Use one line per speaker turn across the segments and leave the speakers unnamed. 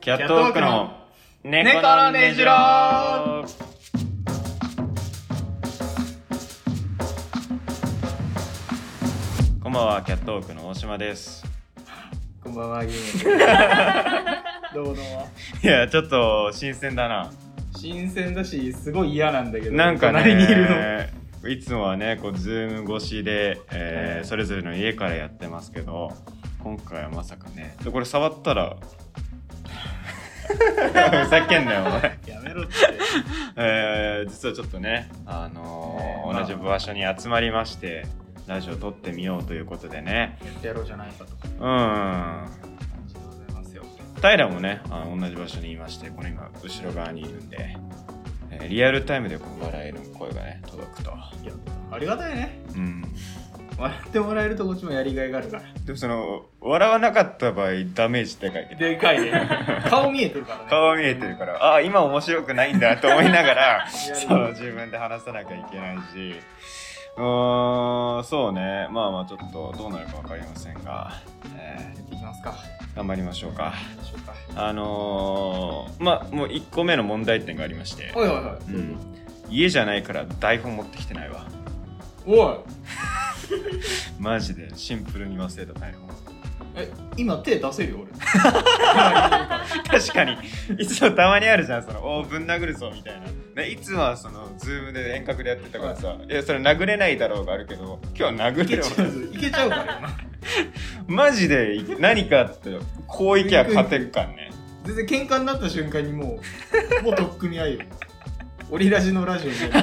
キャットウォークの
猫のねじろ
こんばんはキャットウォークの大島です
こんばんは、ゆう どうもどうも。
いやちょっと新鮮だな
新鮮だし、すごい嫌なんだけど。
なんか
隣にいるの。
ねいつもはねこうズーム越しで、えーそれぞれの家からやってますけど今回はまさかねでこれ触ったらふざけんなよお前
やめろって。
えー実はちょっとね、あのー
えーまあ
同じ場所に集まりましてラジオ撮ってみようということでね
やってやろうじゃないかと。
うん平
感じでございますよ。
良もねあの同じ場所にいましてこの今後ろ側にいるんで、えーリアルタイムでこう笑える声がね届くと、
いや、ありがたいね。
うん、
笑ってもらえるとこっちもやりがいがあるから。
でもその笑わなかった場合ダメージでかいけど
でか いね。顔見えてるからね。
顔見えてるからああ今面白くないんだと 思いながら
リアルに
そう自分で話さなきゃいけないしうーんそうねまあまあちょっとどうなるか分かりませんが、え
やっていきますか。
ー頑張りましょうか
どうしようか。
あのー、まあもう1個目の問題点がありまして、
おいおいおい。
うん、家じゃないから台本持ってきてないわ
おい。
マジでシンプルに忘れた台本
え、今手出せるよ、俺。
確かにいつもたまにあるじゃんそのおーぶん殴るぞみたいな、ね、いつもはそのズームで遠隔でやってたからさいやそれ殴れないだろうがあるけど今 日はい殴
け
れよ
ちゃう。いけちゃうからよな。
マジで何かあってこういきゃ勝てるかんね
全然喧嘩になった瞬間にもう、もうとっくみ合いよ。 オリラジのラジオみたいな。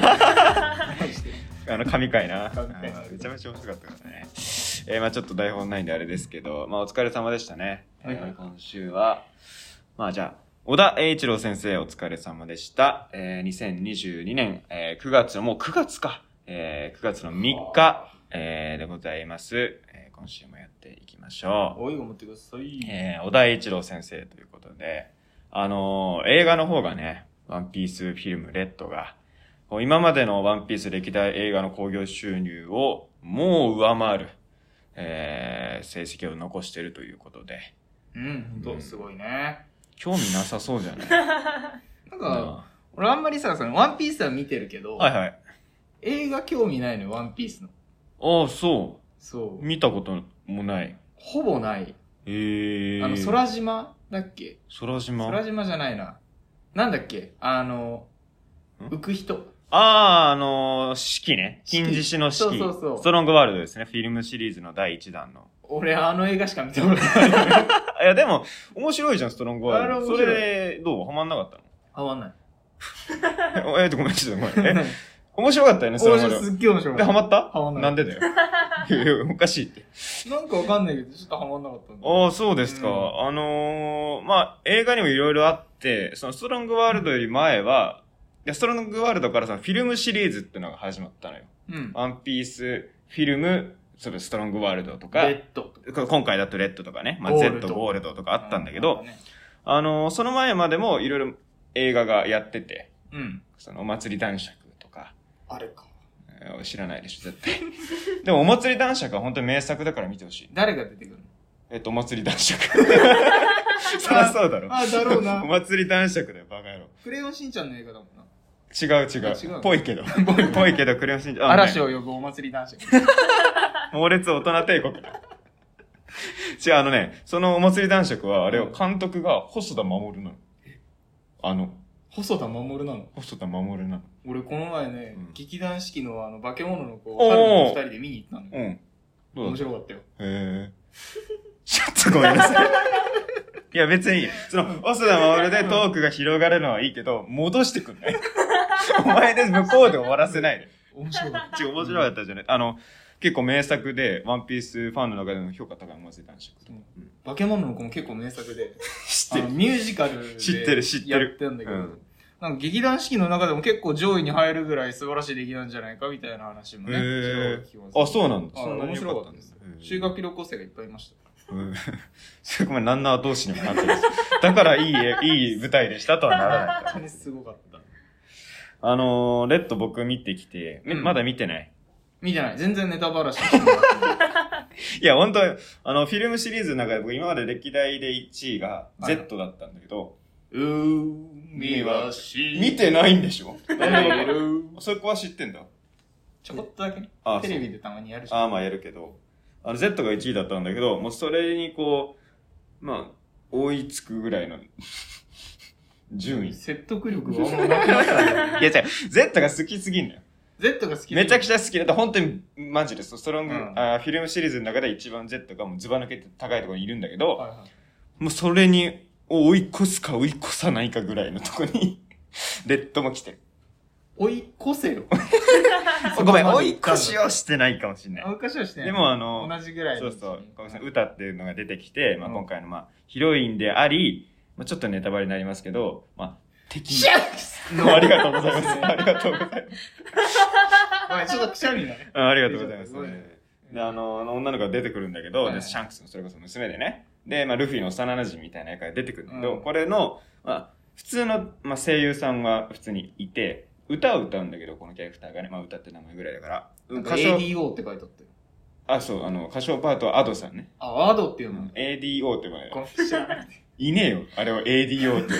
マジで
あの神回な
神回
うんめちゃめちゃ面白かったからねえーまあちょっと台本ないんであれですけどまあお疲れ様でしたね、
はいはい
えー今週はまあじゃあ小田栄一郎先生お疲れ様でした、えー、2022年、えー9月のもう9月か、えー9月の3日、えーでございます、えー今週もやっていきましょう
おいを持ってください。
えー、小田栄一郎先生ということで、あのー映画の方がね、ワンピースフィルムレッドが、こう今までのワンピース歴代映画の興行収入をもう上回る、えー成績を残しているということで、
うん、ほんと、すごいね。
興味なさそうじゃない
なん
うん
か、俺あんまりさ、その、ワンピースは見てるけど、
はいはい。
映画興味ないのよ、ワンピースの。
ああ、そ。
そうう。
見たこともない。
ほぼない。
ええー。
あの、空島だっけ
空島。
空島じゃないな。なんだっけあの、
ん
浮く人。
ああ、あのー、四季ね。
四季
金獅子の四季。
そうそうそう
ストロングワールドですね。フィルムシリーズの第1弾の。
俺、あの映画しか見たことない。
いや、でも、面白いじゃん、ストロングワー
あ
ル
れ
ド。
面
それ
白い
で、どうハマんなかっ
ハマんない。
たの ええっと、ごめん、ちょっ とごめん。え
面
面白かったよね、ストロングワ
白
ー
い、
ル
すっげえ面白
ド。
い。
で、ハマった
ハマんない
んでだよ。 いやいやおかしいって。
なんかわかんないけど、ちょっとハマんなかったんだ。
ああ、そうですか。
うん
あのー、まあ、映画にもいろいろあって、その、ストロングワールドより前は、いや、ストロングワールドからさ、フィルムシリーズってのが始まったのよ。
うん。
ワンピース、フィルム、それストロングワールドと
ベ
か、
ッドとか。
こ今回だとレッドとかね、まあ、
ゴール
Z
ド
ゴールドとかあったんだけど、
うね。
あのー、その前までもいろいろ映画がやってて、
うん。
そのお祭り男爵とか、
あれか。
えー知らないでしょ、絶対。 でもお祭り男爵は本当に名作だから見てほしい。
誰が出てくる
えっと、お祭り男 爵。そりゃそうだろ
の。あ、だろう
お
な。
祭り男爵だよ、バカ野郎。
クレヨンしんちゃんの映画だもんな。
違う違
あ違う
う。
の
ぽいけど。 ぽいけど、クレヨンしんちゃん。あのね
嵐を呼ぶお祭り男子。
猛烈大人帝国だ。違う、あのね、そのお祭り男爵は、あれを監督が細田守なの。あの、
細田守なの。
細田守なの。
俺この前ね、
うん
劇団四季のあの、化け物の子、
おー
春の二人で見に行ったのよ。
うん。どうだった
面白かったよ。
へえ。ちょっとごめんなさい。いや別に、その、オスダマルでトークが広がるのはいいけど、戻してくんないお前で向こうで終わらせないで。
面白かっ
ちょ、面白かったじゃないあの、結構名作で、ワンピースファンの中でも評価高いものついたんでしょ。
た。化け物の子も結構名作で、
知
あの。ミュージカルで
知ってる知ってる
やってんだけど、
うん
なんか劇団四季の中でも結構上位に入るぐらい素晴らしい出来なんじゃないかみたいな話もね、
へー
ちらほら聞き
あ、
ます
そうなんだ。
あ
そんなに
面
良
白
か
か
っ
ったた
んで
んですす。修学旅行生がいっぱいいました。
うん。それごめん、ランナー同士にもなってる。だからいいえ、いい舞台でしたとはならない。
本 当にすごかった。
あのー、レッド僕見てきて、み
うん
まだ見てない。
見てない。全然ネタバラシしてもらってない
いや、本当あの、フィルムシリーズの中で僕今まで歴代で1位が Z だったんだけど、
うーみはし
見てないんでしょ
ないる
そこは知ってんだ。
ちょこっとだけね
あ
テレビでたまにやるし。
あーまあやるけど、あの、Z が1位だったんだけど、もうそれにこう、まあ、追いつくぐらいの 順位。い
説得力があんまなくなった
や
ね。
違う、Z が好きすぎんのよ。
Z が好き
めちゃく
ち
ちゃ好きだった。本当に、マジで、そうストロング、
うん
あーフィルムシリーズの中で一番 Z がもうズバ抜けて高いところにいるんだけ
ゃ
ど、
はいはい。
もうそれに、追い越すか追い越さないかぐらいのとこに、 レッドも来てる。
追い越せよ。
ごめん、追い越しはしてないかもしれない
追。い越しはしてない。
でもあの、
同じぐらい
そ
の
うそう、ごめんなさい
はい
歌っていうのが出てきて、まあ、
うん
今回の、まあ、ヒロインであり、まあ、ちょっとネタバレになりますけど、まあ、敵
シャ
の ありがとうございます。ありがとうご ざいます。
ごめんちょっとくしゃみだね。
あありがとうございます
すごいね。
で、あの、あの女の子が出てくるんだけど、
はい
でシャンクスのそれこそ娘でね、で、まあ、ルフィの幼馴染みたいな役が出てくるんだけど、
うん
これの、まあ、普通の、まあ、声優さんは普通にいて、歌を歌うんだけど、このキャラクターがね、まあ、歌って名前ぐらいだから、
なんか
歌唱、
ADO って書いてあったよ。
あ、そう、あの、歌唱パートはアドさんね。
あ、アドっていうの。
ADO って呼ばれる
こ。の知らなくて。
いねえよ。あれは ADO って。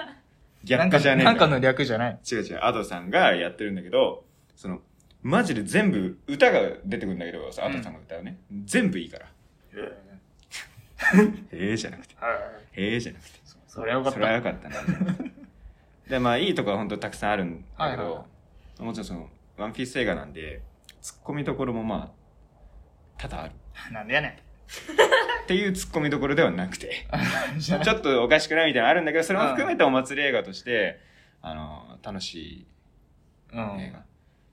ギャップじゃねえんだよ
略じゃない。
違う違う。アドさんがやってるんだけど、その、マジで全部、歌が出てくるんだけど、さアドさんが歌うね。全部いいから。へえじゃなくて。へえじゃなくて。
それはよかっ
それは
た。
よかったな。 で、まあ、いいとこは本当たくさんあるんだけ
はいはい
ど
は、
もちろんその、ワンピース映画なんで、ツッコミどころもまあ、多々ある。
なんでやね
っていうツッコミどころではなくて。
ん。じ ゃ
ちょっとおかしくないみたいなのあるんだけど、それも含めてお祭り映画として、あの、楽し
う
い映
ん。
画。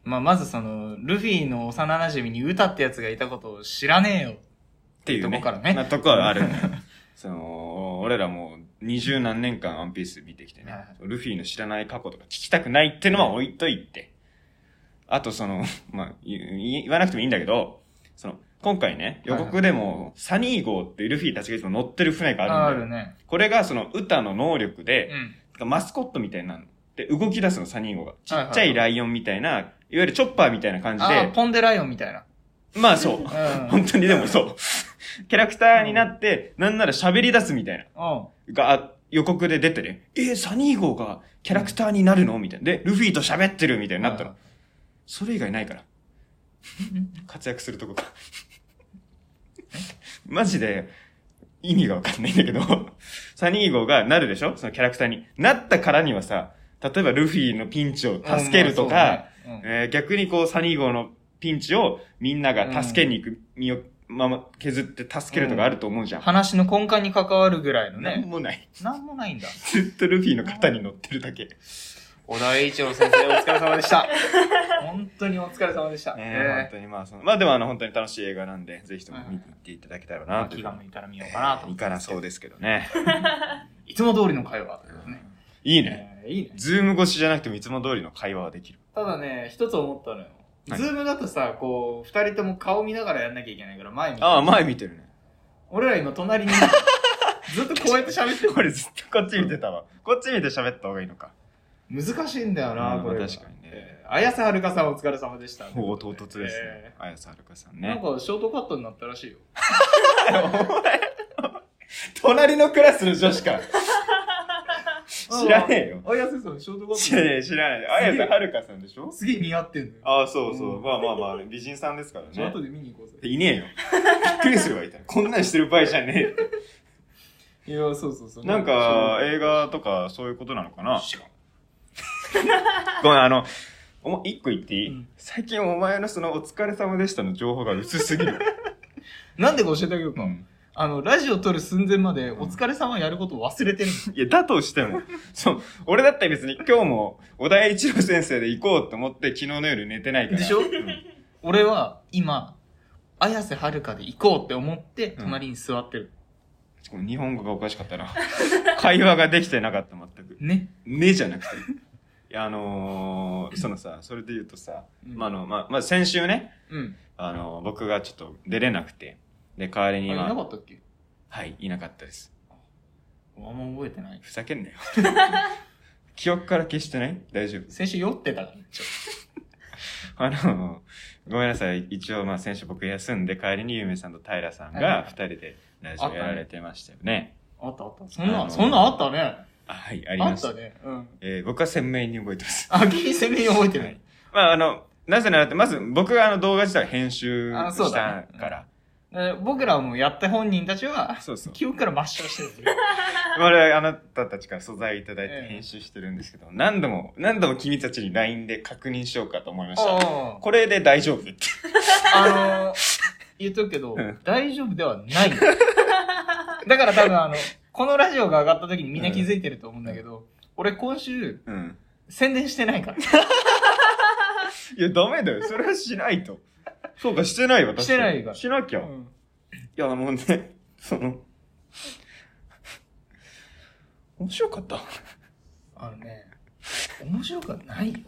まあ、まずその、ルフィの幼馴染みに歌ってやつがいたことを知らねえよ。
っていうね。
とこからね
まあとこはあるんだよ その、俺らもう二十何年間ワンピース見てきてね
はい、
ルフィの知らない過去とか聞きたくないってのは置いといて、あとその、 まあ、言言言わなくてもいいんだけど、その、今回ね、予告でも、サニー号っていうルフィたちがいつも乗ってる船があ
あ
るんだ
る
よ。
ね。
これがその歌の能力
う
で、
ん。
マスコットみたいになるの。で、動き出すの、サニーゴが。ち
はいはい
っちゃいライオンみたいな、いわゆるチョッパーみたいな感じ
あ
で、
ポンデライオンみたいな。
まあ そう。
うん。
本当にでもそう。 キャラクターになって、なんなら喋り出すみたいな。
うん。
が、予告で出てね。えーサニーゴがキャラクターになるのみたいな。で、ルフィと喋ってるみたいになったの。それ以外ない から。活躍するとこが。 マジで、意味がわかんないんだけど、サニー号がなるでしょそのキャラクターに。なったからにはさ、例えばルフィのピンチを助けるとか、、
うんまあそうね
えー逆にこうサニー号のピンチをみんなが助けに行く、身をまま削って助けるとかあると思うじ
う
ゃ
ん
ん。
話の根幹に関わるぐらいの
なん
ね。
もない。
なんもないんだ。
ずっとルフィの肩に乗ってるだけ。
小田栄一郎先生、お疲れ様でした。 本当にお疲れ様でした。
ね本
え
当にまあその、まあでもあの本当に楽しい映画なんで、ぜひとも見に行っていただけたらな
ー
と
気
いう。
が向いたら見ようかなと思
い
って
か
ま
な
すけ
そ
ど。
うですけどね。
いつも通りの会話ですね。
いいね。
えーいいね。
ズーム越しじゃなくてもいつも通りの会話はできる。
ただね、一つ思ったのよ。
はい
ズームだとさ、こう、二人とも顔見ながらやんなきゃいけないから、前に。
ああ、前見てるね。
俺ら今隣にいる。ずっとこうやって喋ってる。
これずっとこっち見てたわ。こっち見て喋った方がいいのか。
難しいんだよな、
うん
これが。
確かにね
えー綾瀬はるかさんお疲れ様でした。
おお、唐突ですね
え。
綾瀬はるかさん
ーなん
ね。
かショートカットになったらしいよ。
隣のクラスの女 子か。知らねえよ。
あ。綾瀬さん、ショートカット
知らない、知らない。綾瀬はるかさんでしょ
すげえ似合ってんのよ。
ああ、そうそうう。
ん
まあまあまあ、美人さんですから
ちょっ
ね
と。後で見に行こうぜ。
い ねえよ。びっくりするわ、いたら。こんなんしてる場合じゃねえよ。
いや、そうそうそう。
なんか、映画とかそういうことなのかな
知らん
ごめん、あの、おも一個言っていい、
うん
最近お前のそのお疲れ様でしたの情報が薄すぎる。
なんでか教えてあげようか。あの、ラジオ撮る寸前まで、お疲れ様やること忘れてるの。
いや、だとしても、そう、俺だったら別に今日も小田栄一郎先生で行こうと思って昨日の夜寝てないから。
でしょ
うん
俺は今、綾瀬はるかで行こうって思って、
うん
隣に座ってる。
しかも日本語がおかしかったな。会話ができてなかった、全く。
ね。
ねじゃなくて。いや、あのー、そのさ、それで言うとさ、
うん
まあ、あの、まあ、まあ、先週ね、
うん。
あのー、僕がちょっと出れなくて、で、代わり
あ
に
れい
は、
なかったっけ
はい、いなかったです。
あんま覚えてない。
ふざけんなよ。 記憶から消してない大丈夫。
先週酔ってたからね。
あの、ごめんなさい。一応、まあ、先週僕休んで、帰りにゆめさんと平さん
はい
が二人でラジオやられてましたよね。
あったあった。そん
あ
な、
の
そんなあったね。
あはい、あり
あ
ま
っ
した。
たね。うん。
えー僕は鮮明に覚えてます。
あ、君鮮明に覚えてない。
まあ、あの、なぜならって、まず僕があの動画自体を編集
あ
し
そ
た
うだね
から。
え僕らはもうやった本人たちは、
そうそう。
記憶から抹消して るっていう。
我々あなたたちから素材いただい
え
て
え
編集してるんですけど、何度も、何度も君たちに LINE で確認しようかと思いました。
あ
これで大丈夫って。
あのー、言っとくけど
うん、
大丈夫ではない。だから多分あの、このラジオが上がった時にみんな気づいてると思うんだけど、俺今週、
うん。
宣伝してないから。
いや、ダメだよ。それはしないと。そうか、してないわ、確かに
してないから
しなきゃ。
う
い
ん
や、もうね、 その、面白かった。
あのね、面白くはないよ。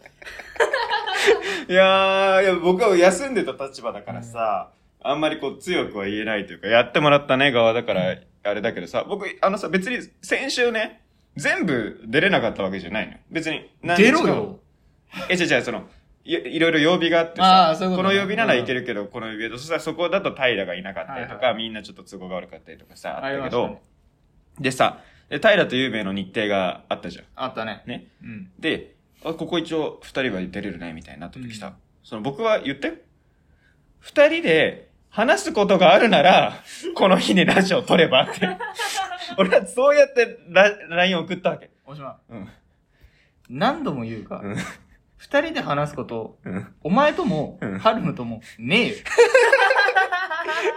いやー、いや僕は休んでた立場だからさ、あんまりこう強くは言えないというか、やってもらったね側だから、あれだけどさ、僕、あのさ、別に先週ね、全部出れなかったわけじゃないの。別に何日
出
か
ろ。よ。
え、違う違う、その、いいろいろ曜日があってさ
あーそういう
こ
こ
との
ね
曜日ならいけるけど、この曜日だと、そしたらそこだと平がいなかったりとか、
はいは
みんなちょっと都合が悪かったりとかさ、
あ
あ
り
ったけ
ました
ど、
ね。
でさ、で平と有名の日程があったじゃん。
あったね。
ね。
うん。
で、あ、ここ一応二人は出れるね、みたいになった時さ、その僕は言って二人で話すことがあるなら、この日にラジオ撮れば って。俺はそうやってラ LINE 送ったわけ。
大島、
うん。
何度も言うか
うん、
二人で話すこと、
うん。
お前とも
うん、
ハルムとも、ねえよ。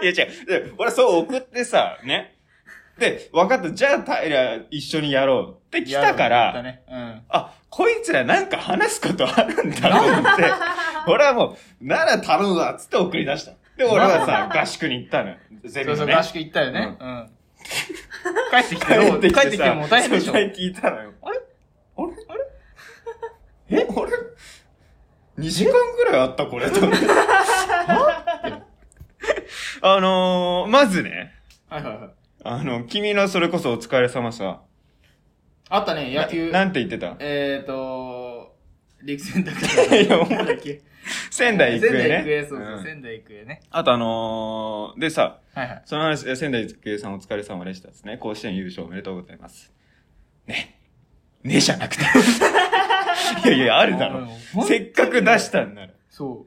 いや違う。で俺はそう送ってさ、ね。で、分かった。じゃあ、タイラ一緒にやろうって来たか
やだ
ら、
ねうん。
あ、こいつらなんか話すことあるんだと 思って、俺はもう、なら頼むわ、つって送り出した。で、俺はさ、合宿に行ったのよ。ゼミ
そう
の
そう、
ね
合。宿行ったよね。うん。帰ってき
帰
てど
っ
う
てきて
帰
さ
ってきてもう大変でしょ。
先輩聞いたのよ。あれあれあれえあれ ?2 時間ぐらいあったこ れと思ってはあのー、まずね、
はいはいはい。
あの、君のそれこそお疲れ様さ。
あったね、野球。
なんて言ってた
えーと、陸戦だか
いやお
ら。
前
なんだっけ
仙台育英ね。
仙台育英、そうそうう、
ん
仙台育英ね。
あとあのー、でさ、
はいはい。
その話、え仙台育英さんお疲れ様でしたですね。甲子園優勝おめでとうございます。ね。ねじゃ なくて。いやいや、あるだろ。
おい。
せっかく出したんなら。
そう。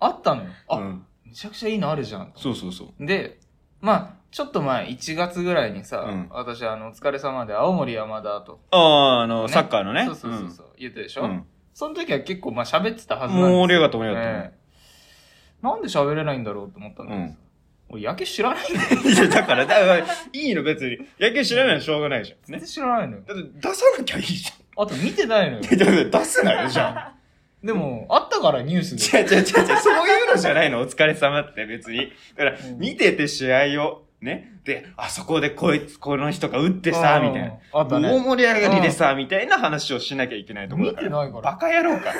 あったのよ。
う
あ、
ん、
めちゃくちゃいいのあるじゃん。
そうそうそう。
で、まあ、ちょっと前、1月ぐらいに
う
さ
ん、
私、あの、お疲れ様で青森山田と。
ああ、あの、
ね
サッカーのね。
そうそうそうそう、言ってたでし
う
ょ
ん。
その時は結構、まあ、喋ってたは
うん。
ずなん
も
です
う
よ
盛り上がった盛り上がった
え。えなんで喋れないんだろうと思ったんだけどさ、俺野球知らないんだよ。
いや、だから、だから、いいの別に。野球知らないのしょうがないじゃん。
全
ね。
然知らないのよ。
だって出さなきゃいいじ
あと見てないのよ
ゃ。 ん。だって出すなよ、じゃん。
でも、あったからニュースで。
違う違う違う違う、そういうのじゃないの、お疲れ様って別に。だから
う、ん
見てて試合を、ね。で、あそこでこいつ、この人が打ってさ、みたいな。
あー。あった
大
ね。
盛り上がりでさ、みたいな話をしなきゃいけないと思う
見
か
て
ら。
ないか
バ
ら。
カ野 郎か。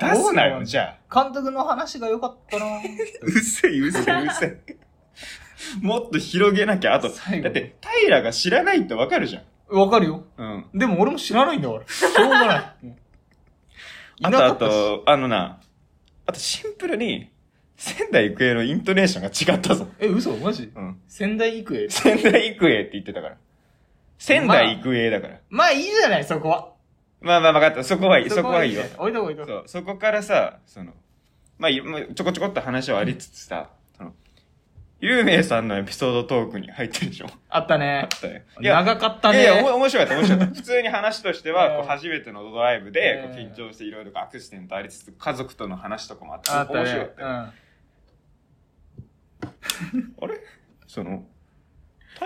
出すなよ、じゃあ。
監督の話が良かったな
うっせいうっせいうっせえ。 もっと広げなきゃ。あと、
最後
だって、平が知らないってわかるじゃん。
わかるよ。
うん。
でも俺も知らないんだから。しょうがな い。も
あと、あ
ういなかったし
と、あのな、あとシンプルに、仙台育英のイントネーションが違ったぞ。
え、嘘マジ
うん。
仙台育英
仙台育英って言ってたから。仙台育英だから。
まあいいじゃない、そこは。
まあまあ分かった。そこはいい。そこはいいよ。
ね置いとこう置いと
そ
こ
う、そこからさ、その、まあい、まあちょこちょこっと話はありつつさ、その、有名さんのエピソードトークに入ってるでしょ。
う。あった
あ
ね
っ。たよ。いや
長かったね。
いやいや、おも面白かった、面白かった。普通に話としては、
う
こ
ん
う初めてのドライブで、こう
うん
緊張していろいろアクシデントありつつ、家族との話とかもあって、
あった
面白か
ね
っ。た
う
よ。
ん。
あれその、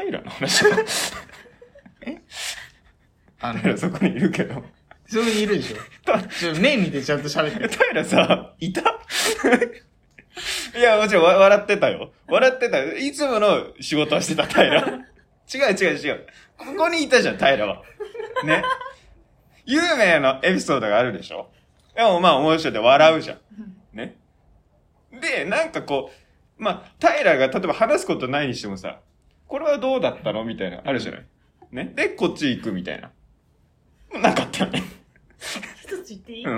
平の話だ
あの、
平そこにいるけど。
そこにいるでしょ。
た
ちょ、目見てちゃんと喋って。
平さ、いた いや、もちろんわ笑ってたよ。笑ってたよ。いつもの仕事はしてた、 平。違う違う違う。ここにいたじゃん、平は。ね。有名なエピソードがあるでしょでもまあ面白いで笑うじゃん。ね。で、なんかこう、まあ、平が例えば話すことないにしてもさ、これはどうだったのみたいな、あるじゃない。ね。で、こっち行くみたいな。なかったよね。
一つ言っていい、
う
あ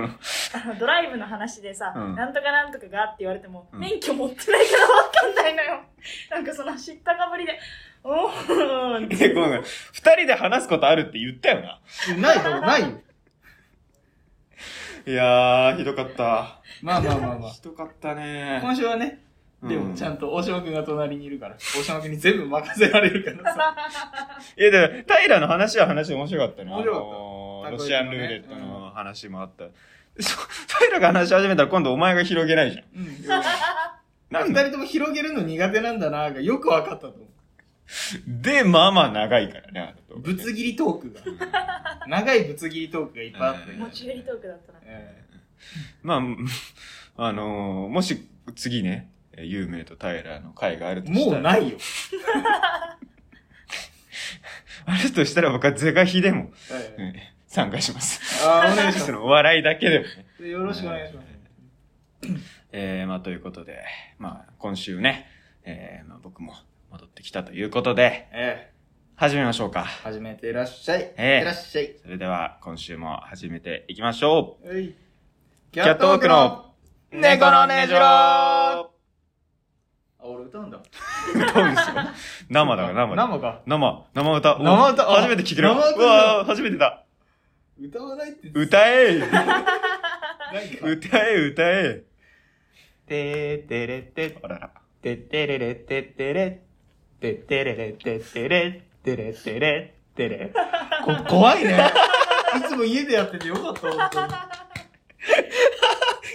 ん。
のドライブの話でさ、
うん
なんとかなんとかがって言われても、
うん
免許持ってないからわかんないのよ。 なんかその知ったかぶりで、おーんって
え、ごめんごめん。二人で話すことあるって言ったよな。
ないよ、ないよ。
いやー、ひどかった。
まあまあまあまあ。
ひどかったね。
今週はね、で
う
も
ん
ちゃんと大島くんが隣にいるから、大島くんに全部任せられるか らさ。
いや、でも、平の話は話で面白かったね。
面白かっ
あ
た
のー
たこ
ロ
焼きのね
シアンルーレットの話もあった。そ平が話し始めたら今度お前が広げないじゃん。
うん。
なん
二
だ
人とも広げるの苦手なんだながよく分かったと思
で、まあまあ長いからね、あの動
う。
画
ぶ
ね
つ切りトークが。長いぶつ切りトークがいっぱいあって。
持ち寄りトークだったな。
え
まあ、 あのーもし次ね、えー有名と平の会がある
え
としたら。
もうないよ。
あるとしたら僕は是が非でも、
え
う
え
ん参加します。
あーお願いし
そ
ま
の笑いだけでもね。
す。よろしくお願いします。
えー、まあということで、まあ今週ね、えー、まあ僕も戻ってきたということで、
ええ
始めましょうか。
始めていらっしゃい。
ええ
いらっしゃい。
それでは今週も始めていきましょ
はい。キ
ャットウォークのう
猫のねじろう
あ
あ、、俺歌うんだ。
歌うんですよ。 生だから生だ。
生か。
生、生歌。お
生歌あ
初めて聞ける。
生歌だ
うわー初めてだ。
歌わないって。なんか。
歌え歌え歌え
てーてれて
あらら。
てってれれてってれ。てってれれてってれ。てれてれてれ。こ、怖いね。いつも家でやっててよかった、本当に。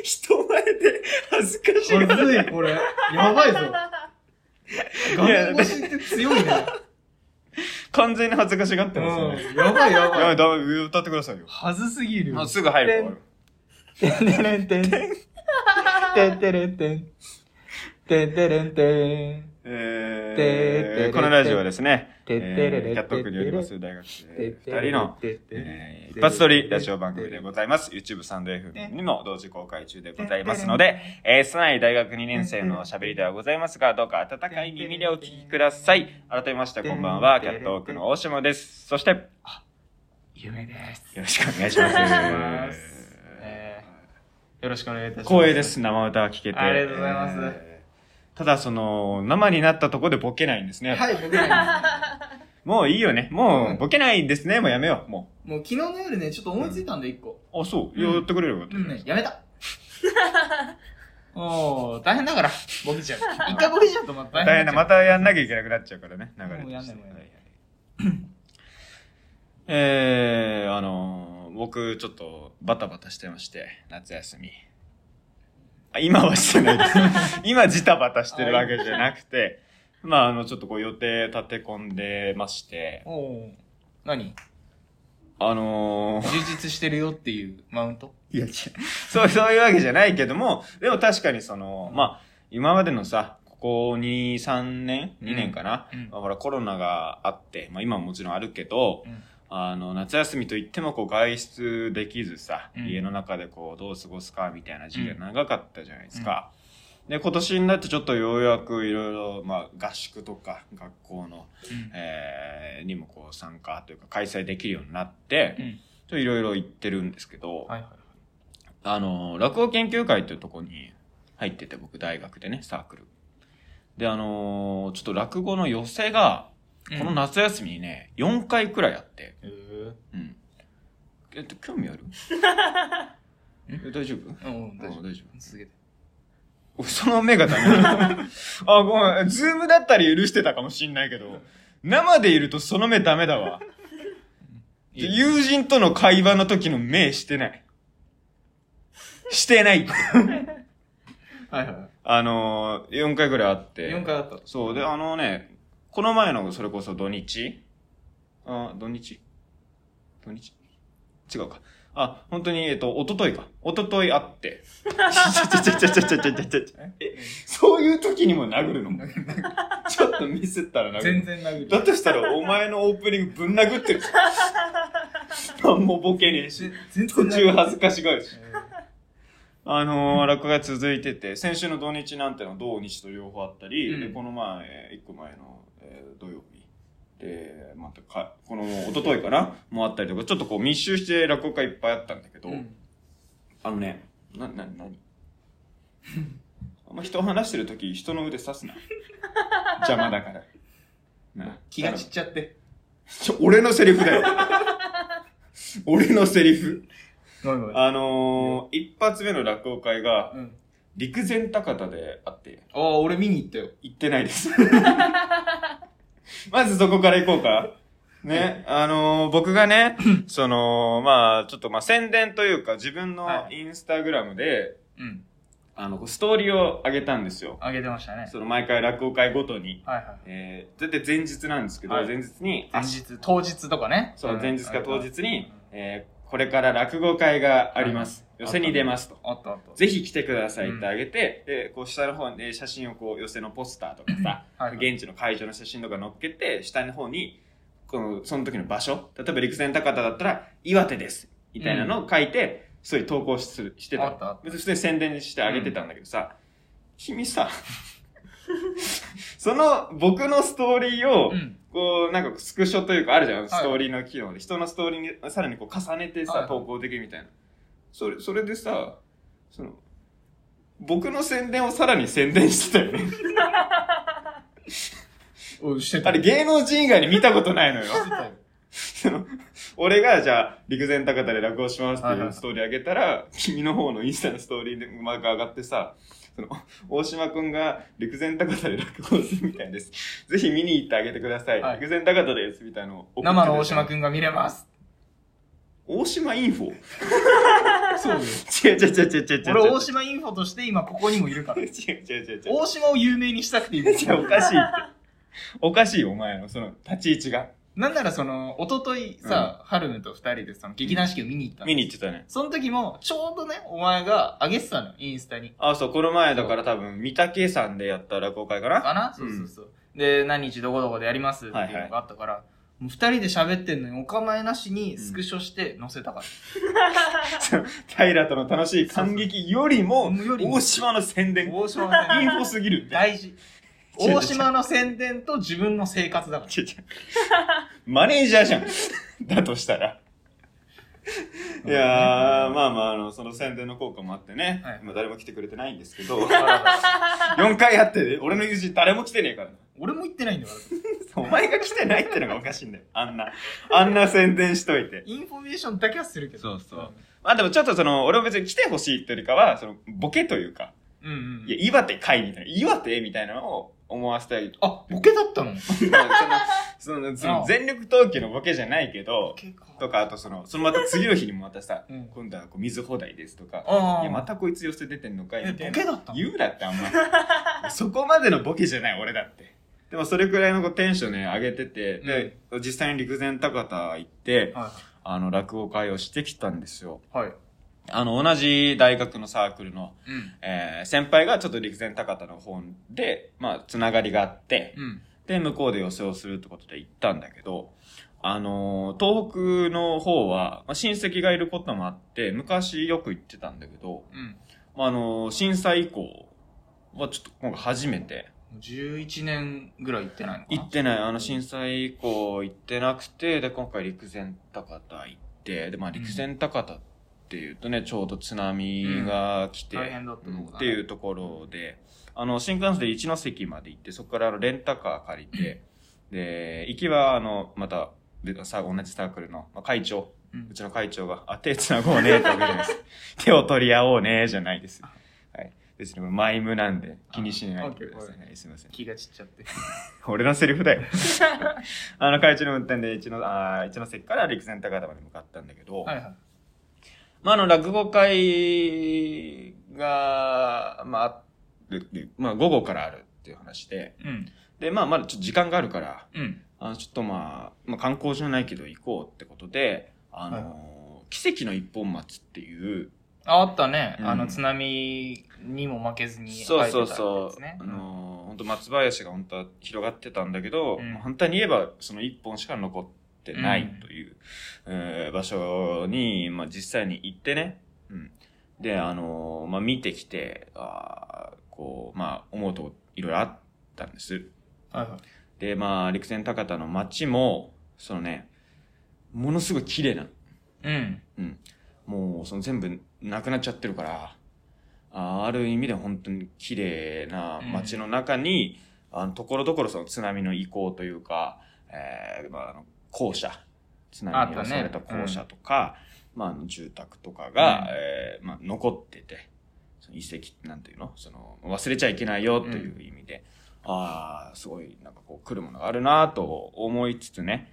人前で恥ずかし い。
まずい、これ。やばいぞ。画面越しって強いね。
完全に恥ずかしがって
う
ますよね。
ん。やばい、や
い
ば
や、
い。
だ歌ってくださいよ。
はずすぎる
あすぐ入るから。
てんてれんてん。 てんてれんてん。てんてれんてん。
え
てーてれ
ー
て
このラジオはですね、え
てってれれ
ーキャットオークによります大学
てっ
生
て
二
れ
人の、
てってれ
えー一発撮りラジオ番組でございます。YouTube サンド FM にも同時公開中でございますので、えー、室内大学2年生の喋りではございますが、どうか温かい耳でお聞きください。改めまして、こんばんは、キャットオークの大島です。そして、よ
夢です。
ろしくお願いしま。
ますすえーよろしくお願いいたします。
光栄で。す。生歌は聞けて。
ありがとうございます
えーただ、その、生になったとこでボケないんですね。
はい、僕ら
もういいよね。も
う
う、
ん
ボケないですね。もうやめよう。も
にもう昨日の夜ね、ちょっと思いついたんで、一個。
う。あ、そう。
うん
やってくれるよかった
う。んね、やめた。おー、大変だから、ボケちゃう。一回ボケちゃうとまた
大変だ。ま
た。
たやんなきゃいけなくなっちゃうからね。流れ
もうやん
とし
ない
て
もうやんない
はいはいえー、あのー、僕、ちょっと、バタバタしてまして、夏休み。あ今はしてないです。 今、ジタバタしてるわけじゃなくて、まあ、あの、ちょっとこう、予定立て込んでまして、
おー、何
あのー、
充実してるよっていうマウント
いや、違う そう、そういうわけじゃないけども、でも確かにその、まあ、今までのさ、ここ2、3年 ?2 年かな、
うんうん
まあほら、コロナがあって、まあ今ももちろんあるけど、
うん
あの、夏休みといってもこう外出できずさ、
うん
家の中でこうどう過ごすかみたいな時期が長かったじゃないですか。で、今年になってちょっとようやくいろいろ、まあ合宿とか学校の、えーにもこう参加というか開催できるようになって、
う
ちょ
ん
っといろいろ行ってるんですけど、
はいはい。
あの、落語研究会っていうとこに入ってて、僕大学でね、サークル。で、あのーちょっと落語の寄せが、この夏休みにね、4回くらいあって。
えー
うん。えっと、興 味あるえ大丈夫
うん、大丈
あ
夫。
大丈
続けて。
夫。その目がダメな のあ、ごめん。ズームだったら許してたかもしんないけど、生でいるとその目ダメだわ。で友人との会話の時の目してない。してない。
はいはい。
あのー、4回ぐらいあって。
4回だった。
そう。で、あのね、この前のそれこそ土日あ、土日土日違うか。あ、本当に、えっと、一昨日か。一昨日あ って。ちょちょちょちょちょちょちょちょえそういう時にも殴るのちょっとミスったら殴る。
全然殴る。
だとしたら、お前のオープニングぶん殴って るじゃん。何もボケねえし。
ぜ全然
途中恥ず
か
かしがるし。
い。
あのー、落語が続いてて、先週の土日なんてのは土日と両方あったり、
うん
で、この前、一個前の、えー土曜日で、またか、この、一昨日かなもあったりとか、ちょっとこう密集して落語家いっぱいあったんだけど、あのね、な、な、なに あんま人を話してるとき、人の腕 刺すな。邪魔だから。な
気が散っちゃって。
ちょ俺のセリフだ よ。俺のセリフ。
ごめんごめん。
あのー、一発目の落語会が、
うん。
陸前高田であって、
ああ、俺見に行ったよ。
行ってない です。まずそこから行こうか。ね、あのー僕が ね、その、まあ、ちょっとまあ宣伝というか、自分の
は
インスタグラムで、
うん。
あの、こうストーリーを上げたんですよ。
あげてましたね。
その毎回落語会ごとに。
はいはい。
えー、だって前日なんですけど、
はい
前日に、
前日、当日とかね。
そう、
ん
前日か当日に、えー、これから落語会があります。寄せに出ますと。
あったあった。
ぜひ来てくださいってあげて、で、こう下の方に、えー写真をこう寄せのポスターとかさ、
はいはい
現地の会場の写真とか載っけて、下の方に、この、その時の場所、例えば陸前高田だったら、岩手です、みたいなのを書いて、そういう投稿するして
あ
た
ったあっ。
別に普通に宣伝してあげてたんだけどさ、君さ、 その僕のストーリーを、
うん。
こう、なんかスクショというかあるじゃん、
い
ストーリーの機能で。人のストーリーにさらにこう重ねてさ、
はいはい
投稿できるみたいな。それ、それでさ、その、僕の宣伝をさらに宣伝してたよ ね。
おしてた
あれ芸能人以外に見たことないのよ。
してたよ
その、俺がじゃあ、陸前高田で落語しますって
はい
い
は
う
い
ストーリーあげたら、君の方のインスタのストーリーでうまく上がってさ、その、大島くんが陸前高田で落語するみたいです。ぜひ見に行ってあげてください。
はい
陸前高田です、みたいなのを送ってたじゃん
生の大島くんが見れます。
大島インフォ
そうで
違う違う違う違う違う違う。
俺、大島インフォとして今ここにもいるから
違う。違う違う違う。
大島を有名にしたくていい。
違う、おかしいって。おかしい、お前の、その、立ち位置が。
なんならその、一昨日さ、ハルムと二人でその劇団四季を見に行ったの
見に行ってたね。
その時も、ちょうどね、お前が上げてたの、インスタに。
あ、そう、この前だから多分、三宅さんでやった落語会かな
かなそうそうそう。で、何日どこどこでやりますっていうのがあったから、もう二人で喋ってんのにお構いなしにスクショして載せたから。
平との楽しい感激よりも、
よりも
大島の宣伝。
大島の
イ
宣
ン
伝。
フォすぎるって。
大事。
違う違う
大島の宣伝と自分の生活だから。
違う違う マネージャーじゃん。 だとしたら。いやー、まあまあ、あの、その宣伝の効果もあってね、
はい
今誰も来てくれてないんですけど、
あらら
4回やって、俺の友人誰も来てねえからな。
俺も行ってないんだから。
お前が来てないってのがおかしいんだよ。あんな、あんな宣伝しといて。
インフォメーションだけはするけど。
そうそう。まあでもちょっとその、俺も別に来てほしいってよりかは、その、ボケというか、
うんうんうん。
いや、岩手会みたいな、岩手みたいなのを思わせたい。
あ、ボケだったの
まあその、その、その全力投球のボケじゃないけど、とか、あとその、そのまた次の日にもまたさ、
うん
今度はこう水放題ですとか、
ああ。
いや、またこいつ寄せ出てんのかい
え、
み
ボ
たい
ケ
な。
だったの
言うなってあん ま。そこまでのボケじゃない、俺だって。でもそれくらいのこうテンションね、上げてて、で、実際に陸前高田行って、
は
あの、落語会をしてきたんですよ。
い。はい。
あの、同じ大学のサークルの、
うん。
えー先輩がちょっと陸前高田の方で、まあ、つながりがあって、
うん。
で、向こうで寄せをするってことで行ったんだけど、あのー東北の方は、まあ、親戚がいることもあって、昔よく行ってたんだけど、
うん。も
まあ、あのー震災以降はちょっと今回初めて、
う11年ぐらい行ってないのかな
行ってない、あの震災以降行ってなくて、で、今回陸前高田行って、で、まあ陸前高田っていうとね、ちょうど津波が来て、
うん大変だったとこだね
っていうところで、あの、新幹線で一ノ関まで行って、そこからあのレンタカー借りて、で、行きはあの、また、でさ同じサークルの、まあ、会長、
うん
うちの会長が、あ、手繋ごうね、ってわけじゃな いです。手を取り合おうね、じゃないです。はい。別にマイムなんで気にしないでくださいね。すいません。
気が散っちゃって。
俺のセリフだよ。あの、会長の運転で一の、あー一ノ関から陸前高田まで向かったんだけど、
はいはい。
まあ、あの、落語会が、まあある、まあ、午後からあるっていう話で、
うん。
で、まあ、まだちょっと時間があるから、
うん。
あの、ちょっとまあ、まあ、観光じゃないけど行こうってことで、あのー
は
奇跡の一本松っていう、
ああったね。
うん
あの、津波にも負けずに入ってた
そう
やつね。
そうそう、あ
うん
のー、本当松林が本当は広がってたんだけど、
うん
まあ反対に言えばその一本しか残ってな
う
い
ん
という、えー場所に、まあ、実際に行ってね、うん、で、あのーまあ、見てきて、あーこう、まあ、思うとこいろいろあったんです。
はいはい。
で、まあ、陸前高田の街も、そのね、ものすごい綺麗なの。
うん。
うん。もう、その全部なくなっちゃってるから、あーある意味で本当に綺麗な街の中に、あの、ところどころその津波の遺構というか、えー、まあ、あの、校舎。津波に襲われた
あったね
校舎とか、まあ、あの、住宅とかが、
うん
えーまあ、残ってて、その遺跡、なんていうのその、忘れちゃいけないよという意味で、ああ、すごい、なんかこう、来るものがあるなと思いつつね。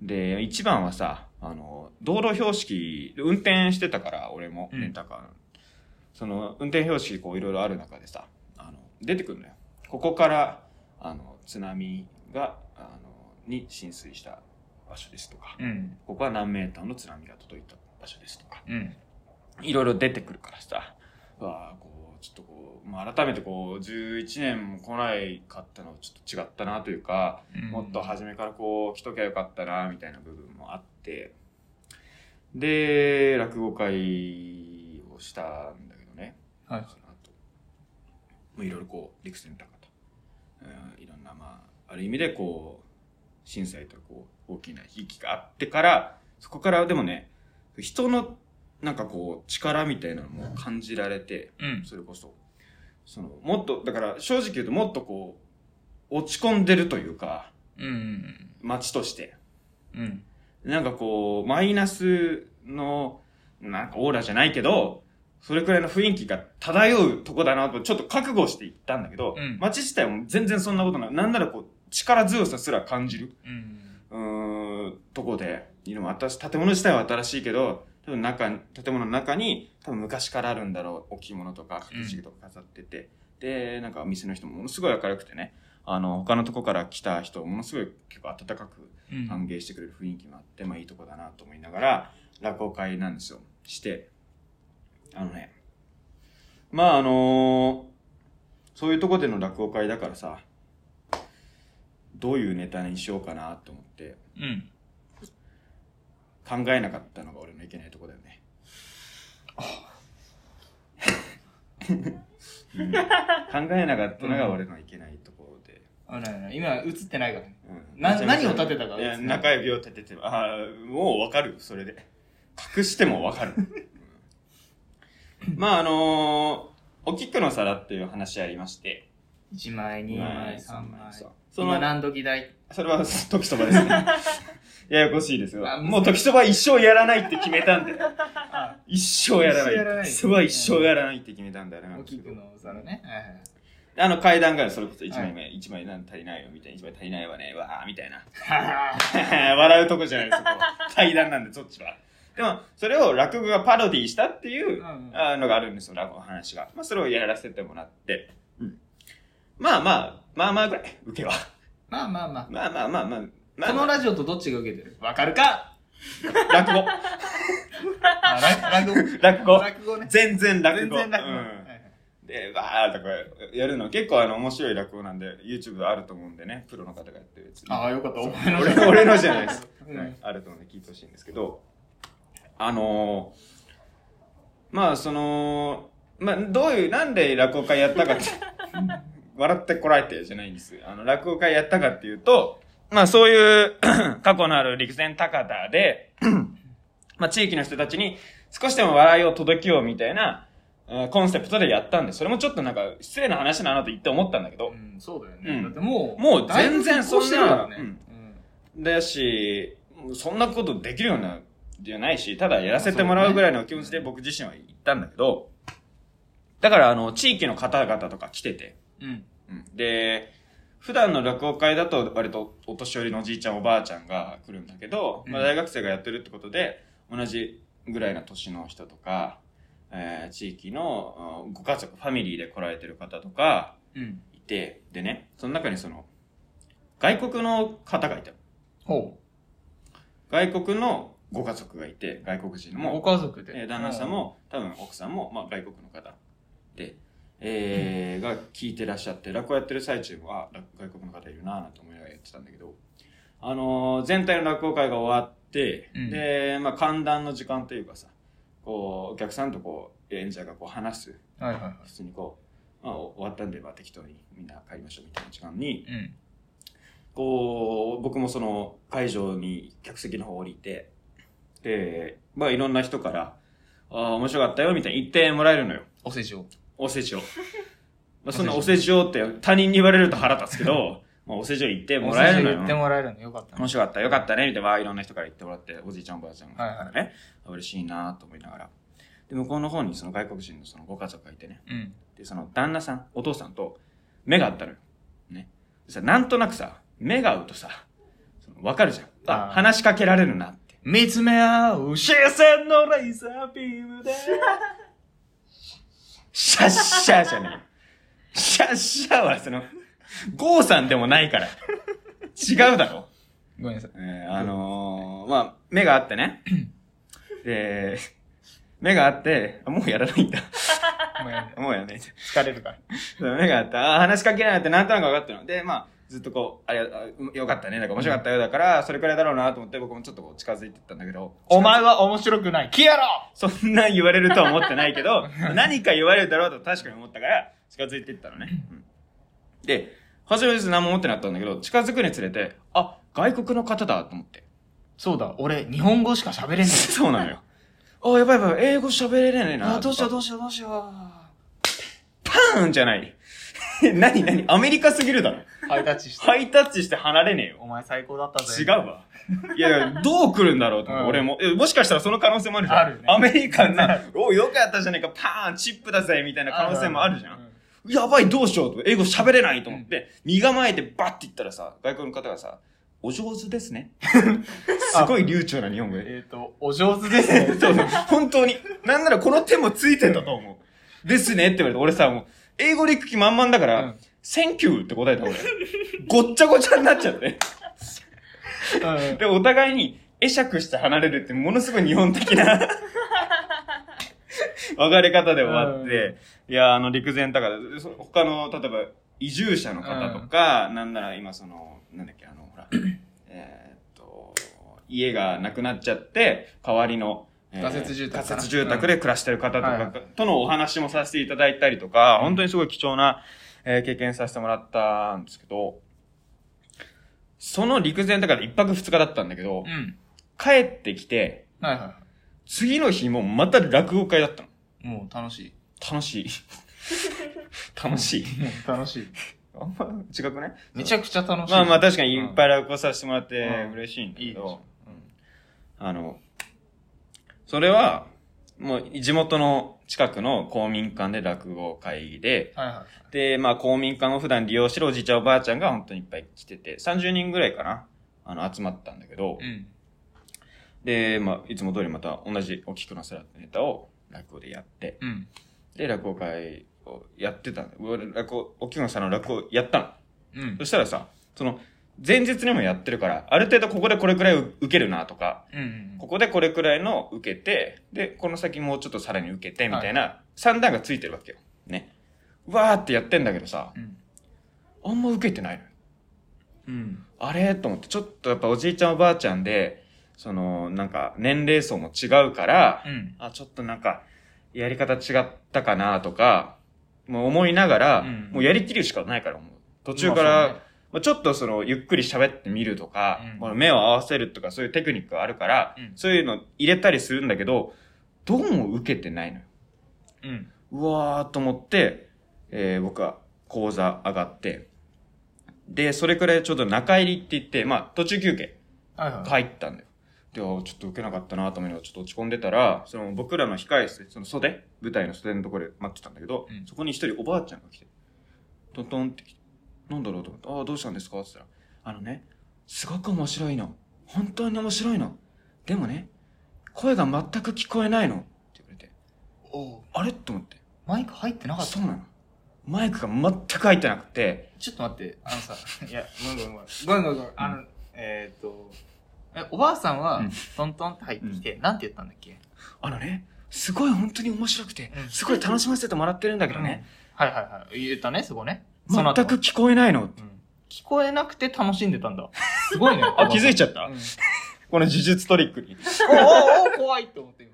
で、一番はさ、あの、道路標識、運転してたから、俺も、
うん
レンタカーの。その、運転標識、こう、いろいろある中でさ、あの、出てくるのよ。ここから、あの、津波が、あの、に浸水した場所ですとか、
うん。
ここは何メーターの津波が届いた場所ですとか、
うん。
いろいろ出てくるからさ、うわあこう、ちょっとこう、まあ、改めてこう、11年も来ないかったのはちょっと違ったなというか、
うん
もっと初めからこう来ときゃよかったなみたいな部分もあってで落語会をしたんだけどね
はい
その後もういろいろこう陸前高田、うん、いろんなまあある意味でこう震災とこう大きな悲劇があってからそこからでもね人のなんかこう力みたいなのも感じられて、
うん。
それこそ。その、もっと、だから正直言うともっとこう、落ち込んでるというか、
うん。
街として。
うん。
なんかこう、マイナスの、なんかオーラじゃないけど、それくらいの雰囲気が漂うとこだなと、ちょっと覚悟して行ったんだけど、
うん
街自体も全然そんなことない。なんならこう、力強さすら感じる、
うん。
うーん、とこで、いる私、建物自体は新しいけど、多分中に、建物の中に、多分昔からあるんだろう、置物とか、掛け軸とか飾ってて、で、なんかお店の人もものすごい明るくてね、あの、他のとこから来た人、ものすごい結構温かく
うん
歓迎してくれる雰囲気もあって、まあいいとこだなと思いながら、落語会なんですよ。して、あのね、まああのそういうとこでの落語会だからさ、どういうネタにしようかなと思って、
うん。
考えなかったのが俺のいけないとこだよね。うん考えなかったのが俺のいけないところで。
あららら、今映ってないからね。
うん
な何を立てたか
いや
ですね
中指を立ててああもうわかるそれで隠してもわかるうんまああのーお菊の皿っていう話ありまして
1枚、2枚、3枚。
そうそ
今
の
何時代
それは時そば ですねややこしいですが
あ
もう時そば一生やらないって決めたんで一生やら
一生やら
な
ないい
時そば一生やらないって決めたんだよね
お菊のお皿ね。はいはい
あの階段からそれこそ1枚目、1枚なん足りないよみたいな1枚足りないわねわあみたいな
は
笑うとこじゃないですよ、ここ対談なんで、そっちは。でも、それを落語がパロディしたっていう
うんうん
あのがあるんですよ、落語の話が。まあ、それをやらせてもらって。うんまあまあ、まあまあぐらい、受けは。
まあまあま
まあまあまあまあ、
あ。
まあ
こ
ま
の
あ、
ラジオとどっちが受けてるわかるか
落語。
あら落語。
落語
落語ね。
全然落語。
全然落語。
う
は
ん
いはい
で、わーとかやるの、結構あの、面白い落語なんで、YouTube であると思うんでね、プロの方がやってるやつ。
ああ、よかった。お前の
俺 の俺のじゃないです、
うん
はいあると思うんで聞いてほしいんですけどあのー、まあそのまあどういうなんで落語会やったかって 笑ってこられてじゃないんですあの落語会やったかっていうとまあそういう 過去のある陸前高田で まあ地域の人たちに少しでも笑いを届けようみたいなえーコンセプトでやったんでそれもちょっとなんか失礼な話だなと言って思ったんだけど、
うん、そうだよ
う
ね。
ん
だってもう、
もう全然そんな
だいぶ拮抗してるからね。
う
うんん。
だし、そんなことできるような、じゃないし、ただやらせてもらうぐらいの気持ちで僕自身は行ったんだけど、だからあの、地域の方々とか来てて、
うん。
うんで、普段の落語会だと割とお年寄りのおじいちゃんおばあちゃんが来るんだけど、まあ
うん
大学生がやってるってことで、同じぐらいの年の人とか、えー地域のうんご家族、ファミリーで来られてる方とか
うん。
いて、でね、その中にその、外国の方がいたの
ほ
外国のご家族がいて、外国人
う。ご
も、
家族で。
えー旦那さんも、多分奥さんも、まあ外国の方で、えー、が聞いてらっしゃって、落語やってる最中は、あ外国の方いるなぁなんて思いながらやってたんだけど、あのー全体の落語会が終わって、
うん
で、まあ寒暖の時間というかさ、こう、お客さんとこう、演者がこう話す、
うん。はいはいは
普通にこう、まあ終わったんで、まあ適当にみんな帰りましょうみたいな時間に、
い。うん。
ここう、僕もその会場に客席の方降りて、で、まあいろんな人から、ああ、面白かったよ、みたいに言ってもらえるのよ。
お世辞を。
お世 辞を。まあそんなお世辞をって他人に言われると腹立つけ ど、まあお世辞を言ってもらえるの
お世辞言って
よ。
もらえるのよかったね
面白かった、よかったね、みたいな、まあいろんな人から言ってもらって、おじいちゃんおばあちゃんからね、嬉しいなと思いながら。で、向こうの方にその外国人のそのご家族がいてね、
うん。
で、その旦那さん、お父さんと目が合ったのよ。ね。でさ、なんとなくさ、目が合うとさ、そのわかるじゃん。あ
あー
話しかけられるなって。
見つめ合う視線のレーザービームで。
シャッシャーじゃね え。シャッシャーはその、ゴーさんでもないから。違うだろ。
ごめんなさい。
えーあのー、まあ、目があってね。で、目があって、あもうやらないんだ。
ごめんなさい。
もうやらないんだ。
疲れるから。
そう目があった。あー話しかけないなってなんとなく分かってるの。で、まあ、ずっとこう、あれ、あうよかったね。なんか面白かったよ。だから、それくらいだろうなと思って、僕もちょっとこう近づいてったんだけど。
お前は面白くない。消えろ
そんなん言われるとは思ってないけど、 何か言われるだろうと確かに思ったから、近づいていったのね。うんで、初めて何も思ってなかったんだけど、近づくにつれて、あ、外国の方だと思って。
そうだ、俺、日本語しか喋れな い。
そうなのよ。あ、やばいやばい、英語喋れねえな。
あ、どうしようど
う
うしようどうしよう。ハ
パーンじゃない。 何何アメリカすぎるだろ。
イタッチして。
ハイタッチして離れねえよ。
お前最高だったぜ。
違う。わ。いやいや、どう来るんだろうと思って、
うん
俺も。えもしかしたらその可能性もあるじゃん。
あるね
アメリカンな、およかったじゃねえか、パーン、チップだぜ、みたいな可能性もあるじゃん。やばい、どうしようと。英語喋れないと思って、身構えてバッて言ったらさ、外国の方がさ、お上手です ね。すごい流暢な日本語で。
えっと、お上手ですね。
そうそう本当に。なんならこの手もついてたと思う。ですねって言われて、俺さ、もう、英語で行く気満々だから、
うん
センキューって答えた俺。ごっちゃごちゃになっちゃって。
う ん
で、お互いに会釈して離れるってものすごい日本的 な別れ方で終わって、いや、あの、陸前高田、そ他の、例えば、移住者の方とか、なんなら今その、なんだっけ、あの、ほら、 えーっと、家がなくなっちゃって、代わりの、えー
仮設住宅かな
仮設住宅で暮らしてる方と
うんは
か
い、
とのお話もさせていただいたりとか、本当にすごい貴重な、えー経験させてもらったんですけど、その陸前だから一泊二日だったんだけど、
うん。
帰ってきて、
はいは
次の日もまた落語会だったの。
い。もう楽しい。
楽 しい。楽しい。
もう楽しい。
あんま違くない
めちゃくちゃ楽しい。
まあまあ確かに
うん
いっぱい落語させてもらって
うん
嬉しいんだ
い
け
いでしょ
ど、うんあの、それは、もう地元の近くの公民館で落語会で、
はいはい。
で、まあ公民館を普段利用してるおじいちゃんおばあちゃんが本当にいっぱい来てて、30人ぐらいかな、あの集まったんだけど、
うん。
で、まあ、いつも通りまた同じお菊のセラってネタを落語でやって、
うん。
で、落語会をやってたんだ。俺落語、お菊のさんの落語やったの。
うん
そ。したらさ、その、前日にもやってるから、ある程度ここでこれくらい受けるなとか、
うん
ここでこれくらいの受けて、で、この先もうちょっとさらに受けて、みたいな、三段がついてるわけよ。ね。わーってやってんだけどさ、
うん。
あんま受けてないのよ。
うん。
あれと思って、ちょっとやっぱおじいちゃんおばあちゃんで、その、なんか、年齢層も違うから、
うん。
あ、ちょっとなんか、やり方違ったかなとか、もう思いながら、
うん
もうやりきるしかないから、もう。途中から、
まあ
ま
そうね
あちょっとその、ゆっくり喋ってみるとか、
うん
この目を合わせるとか、そういうテクニックがあるから、
うん
そういうの入れたりするんだけど、どうも受けてないのよ。
うん。
うわーと思って、えー僕は講座上がって、で、それくらいちょうど中入りって言って、まあ途中休憩。
はいはい。
入ったんだよ。で、あーちょっと受けなかったなと思いながらちょっと落ち込んでたら、その僕らの控え室、その袖、舞台の袖のところで待ってたんだけど、
うん
そこに一人おばあちゃんが来て、トントンって来て、なんだろうと思って、ああ、どうしたんですかって言ったら、あのね、すごく面白いの。本当に面白いの。でもね、声が全く聞こえないの。って言われて、
おう
あれと思って。
マイク入ってなか
あ、
った
そうなのマイクが全く入ってなくて、
ちょっと待って、あ のさ、いや、ごめんごめんごめん。ごめんごめんごめん。あの、えーっと、え、おばあさん
う
は
ん、
トントンって入ってきて、なんて言ったんだっけ
あのね、すごい本当に面白くて
う、ん
すごい楽しませてもらってるんだけどね、
はいはいはい。言ったね、そこね。そ
全
の後
く聞こえないの。
うん聞こえなくて楽しんでたんだ。すごい ね。
あ、気づいちゃった、
うん
この呪術トリックに。
おおお怖いって思ってる。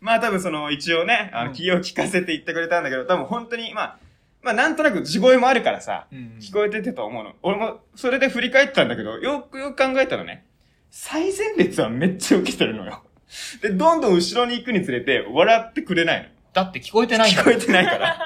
まあ多分その一応ね、あの
うん
気を利かせて言ってくれたんだけど、多分本当に、まあ、まあなんとなく地声もあるからさ、
うん
聞こえててと思うの。俺もそれで振り返ったんだけど、よくよく考えたらね、最前列はめっちゃ受けてるのよ。で、どんどん後ろに行くにつれて笑ってくれないの。
だって聞こえてないんだ
聞
も
こ
ん
えてない から。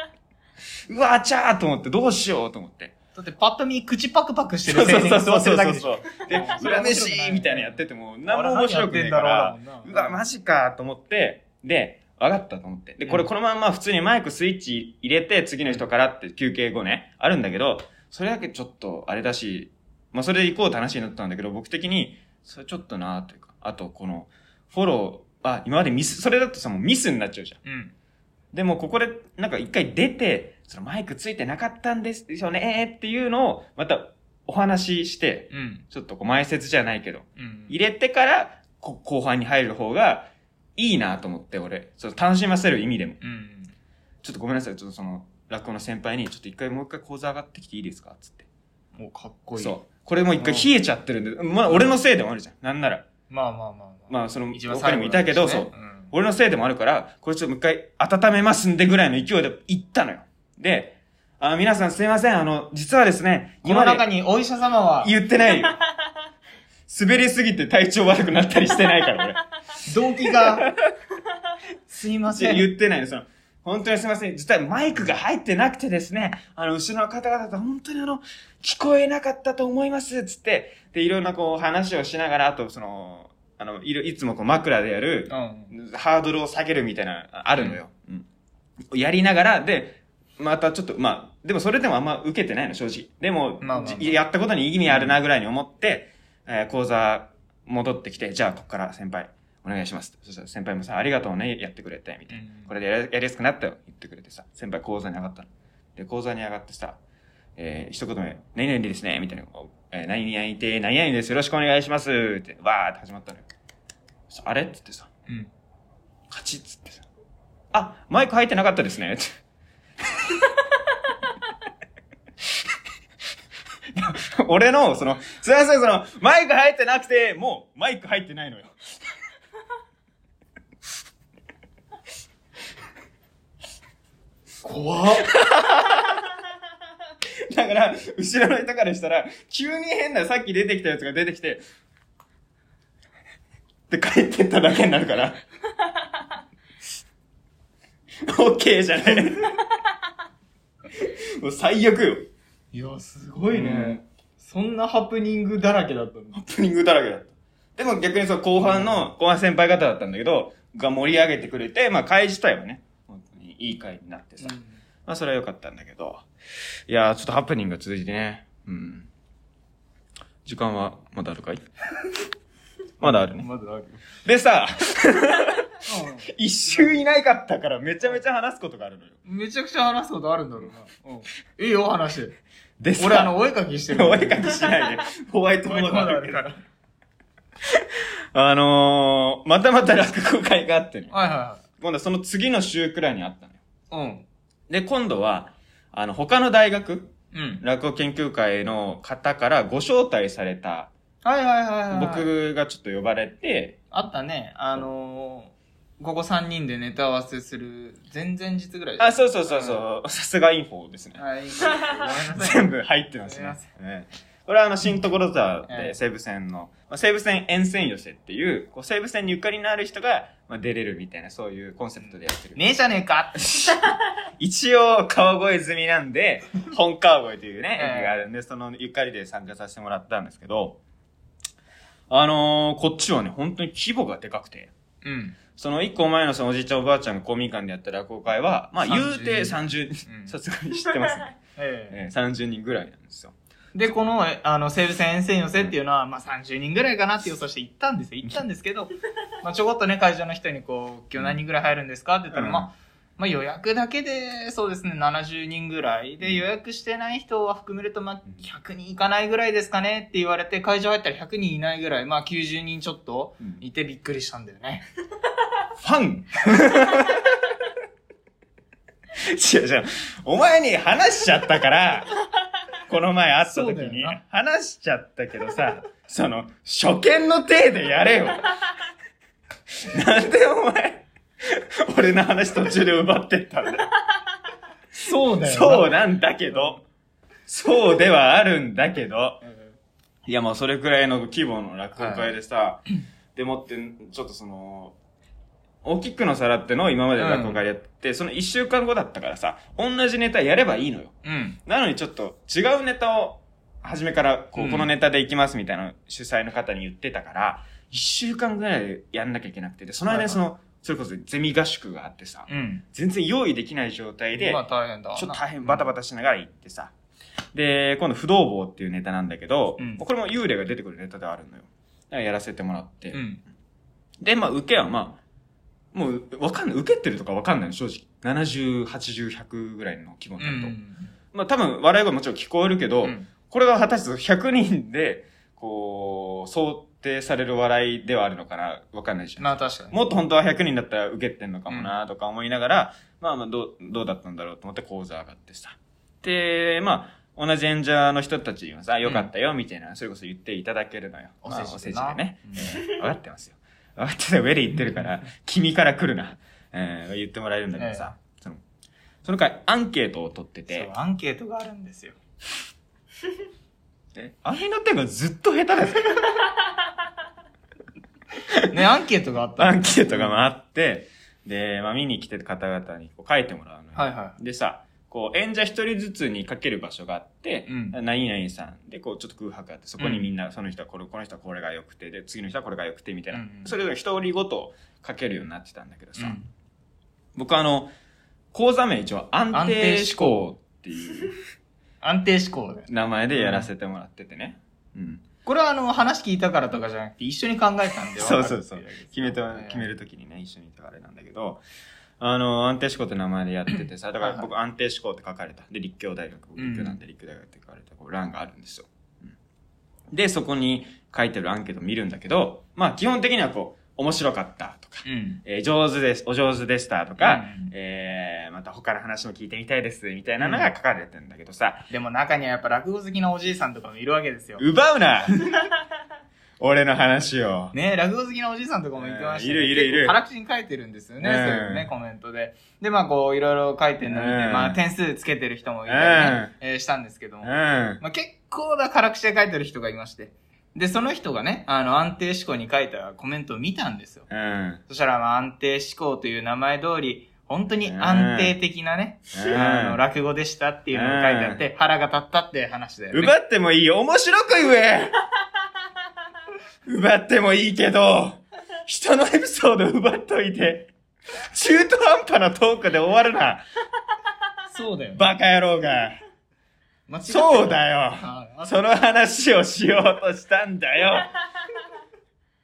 うわ、あちゃーと思って、どうしようと思って。
だってパッと見口パクパクしてる青年が座ってるだけでしょ。
う。で、裏飯みたいなのやってても、何も面白くねえから
あれ、何やってん
う
だ
わ、
ろうだもんな
マジかと思って、で、わかったと思って。で、これ
うん
このまんま普通にマイクスイッチ入れて、次の人からって休憩後ね、あるんだけど、それだけちょっとあれだし、まあそれで行こうって話になったんだけど、僕的に、それちょっとなというか、あとこの、フォロー、あ、今までミス、それだとさ、もうミスになっちゃうじゃん。
うん。
でもここで、なんか一回出て、そのマイクついてなかったんですよねっていうのを、またお話しして、
うん。
ちょっとこう前説じゃないけど、
うん。
入れてから、こ後半に入る方がいいなと思って、俺。その楽しませる意味でも。
うん。
ちょっとごめんなさい、ちょっとその、落語の先輩に、ちょっと一回もう一回講座上がってきていいですかつって。
もうかっこいい。
そう。これもう一回冷えちゃってるんで、まあ俺のせいでもあるじゃん。なんなら。
まあまあまあまあ。
まあその、
一番
他にもいたけど、そう。
ん
俺のせいでもあるから、これちょっともう一回温めますんでぐらいの勢いで行ったのよ。で、あ皆さんすいません、あの、実はですね、
世の
今まで
中にお医者様は、
言って ないよ。滑りすぎて体調悪くなったりしてないから、俺。
動機が、すいません。
言ってないの、その、本当にすみません。実はマイクが入ってなくてですね、あの、後ろの方々と本当にあの、聞こえなかったと思います、つって、で、いろんなこう話をしながら、あと、その、あの、いろいつもこう枕でやる、
うん。
ハードルを下げるみたいな、あるのよ。うんやりながら、で、またちょっと、まあ、でもそれでもあんま受けてないの、正直。でも、
まあまあまあ
じやったことに意味あるなぐらいに思って、えー講座戻ってきて、じゃあここから先輩、お願いします。そしたら先輩もさ、ありがとうね、やってくれて、みたいな。これでやりやりやすくなったよ、言ってくれてさ、先輩講座に上がったの。で、講座に上がってさ、えー一言目、何々ですね、みたいな、えー何々で、何々です、よろしくお願いします、って、わーって始まったのよ。そしたらあれっつってさ、
うん。
カチッつってさ。あ、マイク入ってな かったですね。俺の、その、すいません、その、マイク入ってなくて、もう、マイク入ってないのよ。
怖っ。
だから、後ろの人からしたら、急に変な、さっき出てきたやつが出てきて、って帰ってっただけになるから。オッケーじゃない。もう最悪よ。
いや、すごい
うん
ね。そんなハプニングだらけだったの
ハプニングだらけだった。でも逆にその後半の、後半先輩方だったんだけど、が盛り上げてくれて、まあ会自体はね、本当にいい会になってさ。まあそれは良かったんだけど。いやー、ちょっとハプニングが続いてね。うん。時間はまだある かいまだあるね。
まだある。
でさ、一周いないかったからめちゃめちゃ話すことがあるのよ。
うん。めちゃくちゃ話すことあるんだろうな。うん。いいよ、話。
でさ、
俺、あの、お絵描きしてる。
お絵描きしないで、ホワイトボ
お絵
ード
描
が
きま
あ
だあ
るけ
る
ど
か。ら。
あのー、またまた落語会があってね。
はいは
今度はその次の週くらいにあったのよ。
いはい。
で、今度は、あの、他の大学、
うん。うん。
落語研究会の方からご招待された、
はいはいはいはい。、
僕がちょっと呼ばれて、
あったね。あのー、ここ3人でネタ合わせする前々日ぐらい
あ、そうそうそうそう、さすがインフォですね
う。。はい。ごめんなさい。
全部入ってますね
す。
ええこれはあの、新所沢
え
で
え
西武線の、まあ、西武線沿線寄せっていう、こう西武線にゆかりのある人が、まあ、出れるみたいな、そういうコンセプトでやってる。
ねえじゃねえか
一応、川越済みなん で、本川越というね、
ええ
駅があるんで、そのゆかりで参加させてもらったんですけど、あのーこっちはね、本当に規模がでかくて、
うん。
その一個前のそのおじいちゃんおばあちゃんが公民館でやった落語会は、まあ
30
言うて30
う、ん
さすがに知ってます ね。
ええ
ええ30人ぐらいなんですよ。
で、この、えあの、西武線沿線寄せっていうのは、まあ30人ぐらいかなって予想して行ったんですよ。行ったんですけど、まあちょこっとね、会場の人にこう、今日何人ぐらい入るんですかって言ったら、
うん
まあ、まあ予約だけで、そうですね、70人ぐらい。で、予約してない人は含めると、まあ100人いかないぐらいですかねって言われて、会場入ったら100人いないぐらい、まあ90人ちょっと
うん
いてびっくりしたんだよね。
ファン違う違う。お前に話しちゃったから、この前会った
そう
時
だ
に
よな、
話しちゃったけどさ、その、初見の体でや れよ。なんでお前、俺の話途中で奪ってったんだよ。
そうだよな。
そうなんだけど、そうではあるんだけど、いや、まあ、それくらいの規模の落語会でさ、でもって、ちょっとその、大きくの皿ってのを今までの落語会でやって、その一週間後だったからさ、同じネタやればいいのよ。
うん。
なのにちょっと違うネタを、初めからこう、
うん
このネタでいきますみたいな主催の方に言ってたから、一週間ぐらいでやんなきゃいけなくて、で、その間にその、それこそゼミ合宿があってさ、
うん。
全然用意できない状態で、
まあ大変だわな。
ちょっと大変バタバタしながら行ってさ。で、今度不動坊っていうネタなんだけど、
うん
これも幽霊が出てくるネタではあるのよ。だからやらせてもらって。
うん。
で、まあ受けはまあ、もうわかんない。受けてるとかわかんないの正直。70、80、100ぐらいの規模
う
になると。
ん。
まあ多分笑い声もちろん聞こえるけど、
うん
これが果たして100人で、こう、想定される笑いではあるのかなわかんないじゃん。
まあ確かに。
もっと本当は100人だったら受けてんのかもなとか思いながら、まあまあどう、どうだったんだろうと思って講座上がってさ。で、まあ、同じ演者の人たちにもさ、よかったよみたいな、それこそ言っていただけるのよ。
お
まあ
世辞でな
お世辞でね
うん。
分かってますよ。分かってた上で言ってるから、君から来るな、えー言ってもらえるんだけどさ、その、その回アンケートを取って
そう
て、
アンケートがある んですよ。
えあれの手がずっと下手だぜ。
ね、アンケートがあったの。
アンケートが回って、で、まあ見に来てる方々にこう書いてもらうのよ。
はいは
でさ、こう、演者一人ずつにかける場所があって、
うん
何々さんで、こう、ちょっと空白があって、そこにみんな、その人はこれ、この人はこれが良くて、で、次の人はこれが良くて、みたいな、
うんうん
それぞれ一人ごとかけるようになってたんだけど
い。
さ、僕はあの、講座名一応、安
安
定
定
思
思
考っていう
安定志向で。
名前でやらせてもらっててね。うん。
これはあの、話聞いたからとかじゃなくて、一緒に考えたんで。
そうそうそう
わかるっていだけです
決めて
はい、
決めるときにね、一緒にいたあれなんだけど、あの、安定志向って名前でやっててさ、だか
はい
ら
はい
僕安定志向って書かれた。で、立教大学、
ん
立教なんで立教大学って書かれた、こう、欄があるんですよ。うんで、そこに書いてるアンケート見るんだけど、まあ、基本的にはこう、面白かったとか、
うん。
えー上手です、お上手でしたとか、
うん
えーまた他の話も聞いてみたいです、みたいなのが書かれてんだけどさ、
でも中にはやっぱ落語好きなおじいさんとかもいるわけですよ。
奪う な俺の話を。
ね落語好きなおじいさんとかも言ってましたね
えーいるいるいる
結構辛口に書いてるんですよね、
うん
そういうね、コメントで。で、まあこう、いろいろ書いてるの見て、
うん
まあ点数つけてる人もいたりね、えーしたんですけど
う
も、
ん。
まあ結構な辛口で書いてる人がいまして。で、その人がね、あの、安定思考に書いたコメントを見たんですよ。
うん。
そしたら、まあ安定思考という名前通り、本当に安定的なね、
うん
あの、落語でしたっていうのが書いてあって、腹が立ったって話だよね。
奪ってもいいよ。面白く言 え奪ってもいいけど、人のエピソード奪っといて、中途半端なトークで終わるな。
そうだよね。
バカ野郎が。
間違ってる
そうだよ。
ああ
その話をしようとしたんだよ。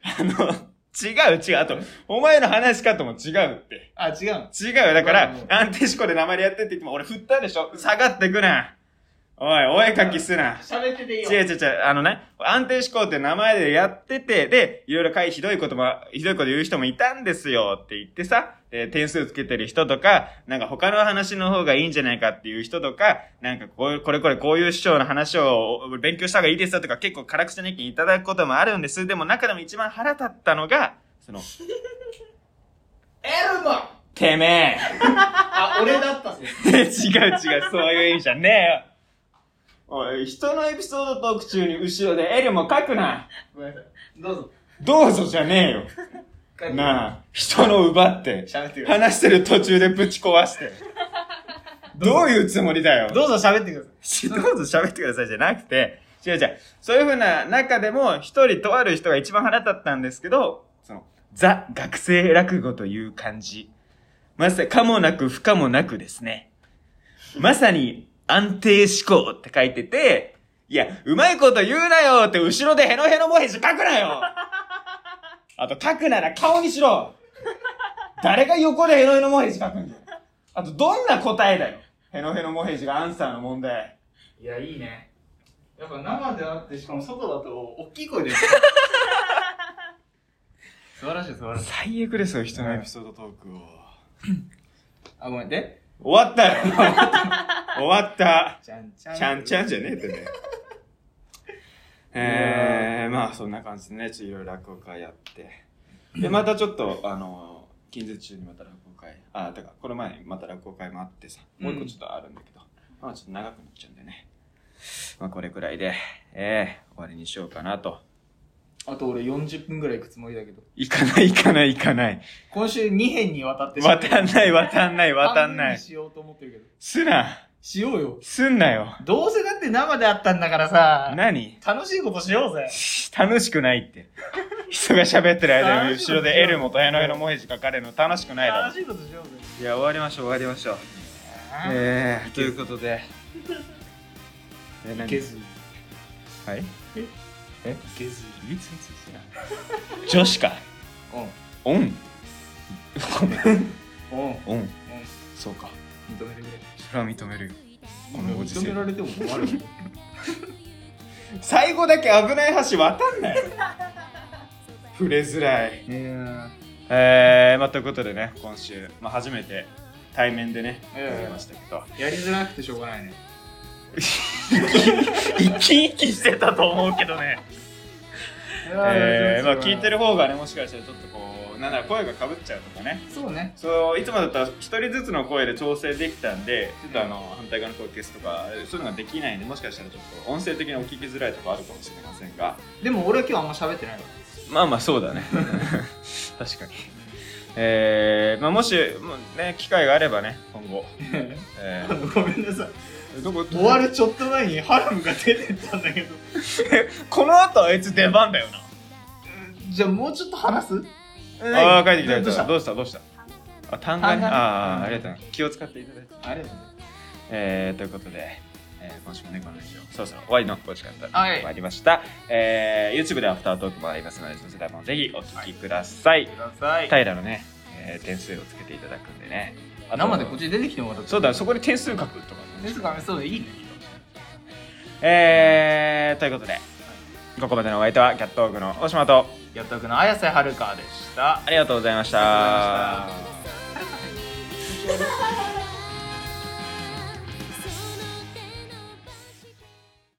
あの、違う違う。あと、お前の話し方も違うって。
あ、違うの
違うよ。だから
うんう、ん
安定志向で名前でやってって言っても、俺振ったでしょ下がってくな。おい、お絵かきすな。
喋ってていいよ。
違う違う違う、あのね、安定思考って名前でやってて、で、いろいろかいひどいことも、ひどいこと言う人もいたんですよって言ってさ、えー点数つけてる人とか、なんか他の話の方がいいんじゃないかっていう人とか、なんかこういう、これこれこういう師匠の話を勉強した方がいいですよとか結構辛口な意見いただくこともあるんです。でも中でも一番腹立ったのが、その、
エルマ
てめ
あ、俺だったぜ。
え 違う違う、そういう意味じゃねえよおい、人のエピソードトーク中に後ろでエルも書くな
ごめんなさい。どうぞ。
どうぞじゃねえよな
あ。
あ、人の奪って、
喋ってくださ
話してる途中でぶち壊して。どういうつもりだ
い。
よ。
どうぞ喋ってください。
しどうぞ喋ってくださいじゃなくて、違う違う。そういうふうな中でも、一人とある人が一番腹立ったんですけど、その、ザ・学生落語という感じ。まさかもなく不可もなくですね。まさに安定思考って書いてて、いや、うまいこと言うなよって後ろでヘノヘノもへし書くなよあと書くなら顔にしろ誰が横でヘノヘノもへし書くんだよあとどんな答えだよヘノヘノもへしがアンサーの問題。
いや、いいね。やっぱ生であって、しかも外だと、大きい 声で。素晴らしい、素晴らしい。
最悪ですよ、人のエピソードトークを。
あ、ごめん、で。
終わったよ 終わった
ちゃんちゃん。
ちゃんちゃんじゃねえってね。えー、まあそんな感じでね、ちょっといろいろ落語会やって。で、またちょっと、あの、近日中にまた落語会、あ、てか、この前にまた落語会もあってさ、もう一個ちょっとあるんだけど、まあちょっと長くなっちゃうんでね。まあこれくらいで、ええ終わりにしようかなと。
あと俺40分ぐらい行くつもりだけど。
行かない行かない行かない。
今週2編にわたってしまってる
渡んない渡んない渡ん
半分
な
に
い。
しようと思ってるけど。
すな。
しようよ。
すんなよ。
どうせだって生であったんだからさ、
何
楽しいことしようぜ。
楽しくないっ て。人が喋ってる間に
楽しい
後ろで L も大変の文字書かれるの楽しくないだ
楽
ろ。
しいことしようぜ。
いや、終わりましょう終わりましょう。ええということで。え、
い
何
けず、い
はい
けず。
女子か。
う
オン。
ん、うん、うん。
オン。そうか。
認めてく
それは認めるよ。
れ。
このご時世
認められても困るよ。
最後だけ危ない橋渡んない。 触れづらい。
いや
えー、まあ、ということでね、今週、まあ、初めて対面でね、
ええ
やりましたけど、
ーやりづらくてしょうがないね。
生き生きしてたと思うけどね、えーまあ、聞いて
る。
る方がね、もしかしたらちょっとこう、なんだろう、声がかぶっちゃうとかね、
そうね。
そういつもだったら1人ずつの声で調整できたんで、ちょっとあの反対側の声消すとか、そういうのができないんで、もしかしたらちょっと音声的にお聞きづらいとかあるかもしれませんが、
でも俺は今日あんま喋ってないわ
まあまあそうだね 確かにえー、まあもしもうね機会があればね今後、え
あの ごめんなさい。
ー、どこ
終わるちょっと前にハラムが出てったんだけど。
この後あいつ出番だよな
じゃあもうちょっと話す
ああ帰ってきた
どうした
どうしたどうしたあ単語
単
ね
語ね
あ
うん
あありがとう気を使っていただいて
あれだね。
えー、ということで、えー、今週もねこのラジオそろそろ終わりのお時間と
は
ないってまいりました、えー、YouTube でアフタートークもありますのでそちらもぜひお聞きください、
ください。
平のね、えー、点数をつけていただくんでねあと
生でこっちに出てきてもらった
そうだ、そこに点数書くとかね
ですからね、そうでいいね。
えー、ということで、ここまでのお相手はキャットオークの大島と、
やったくの綾瀬はるかでした。
ありがとうございました。
ありがとうございました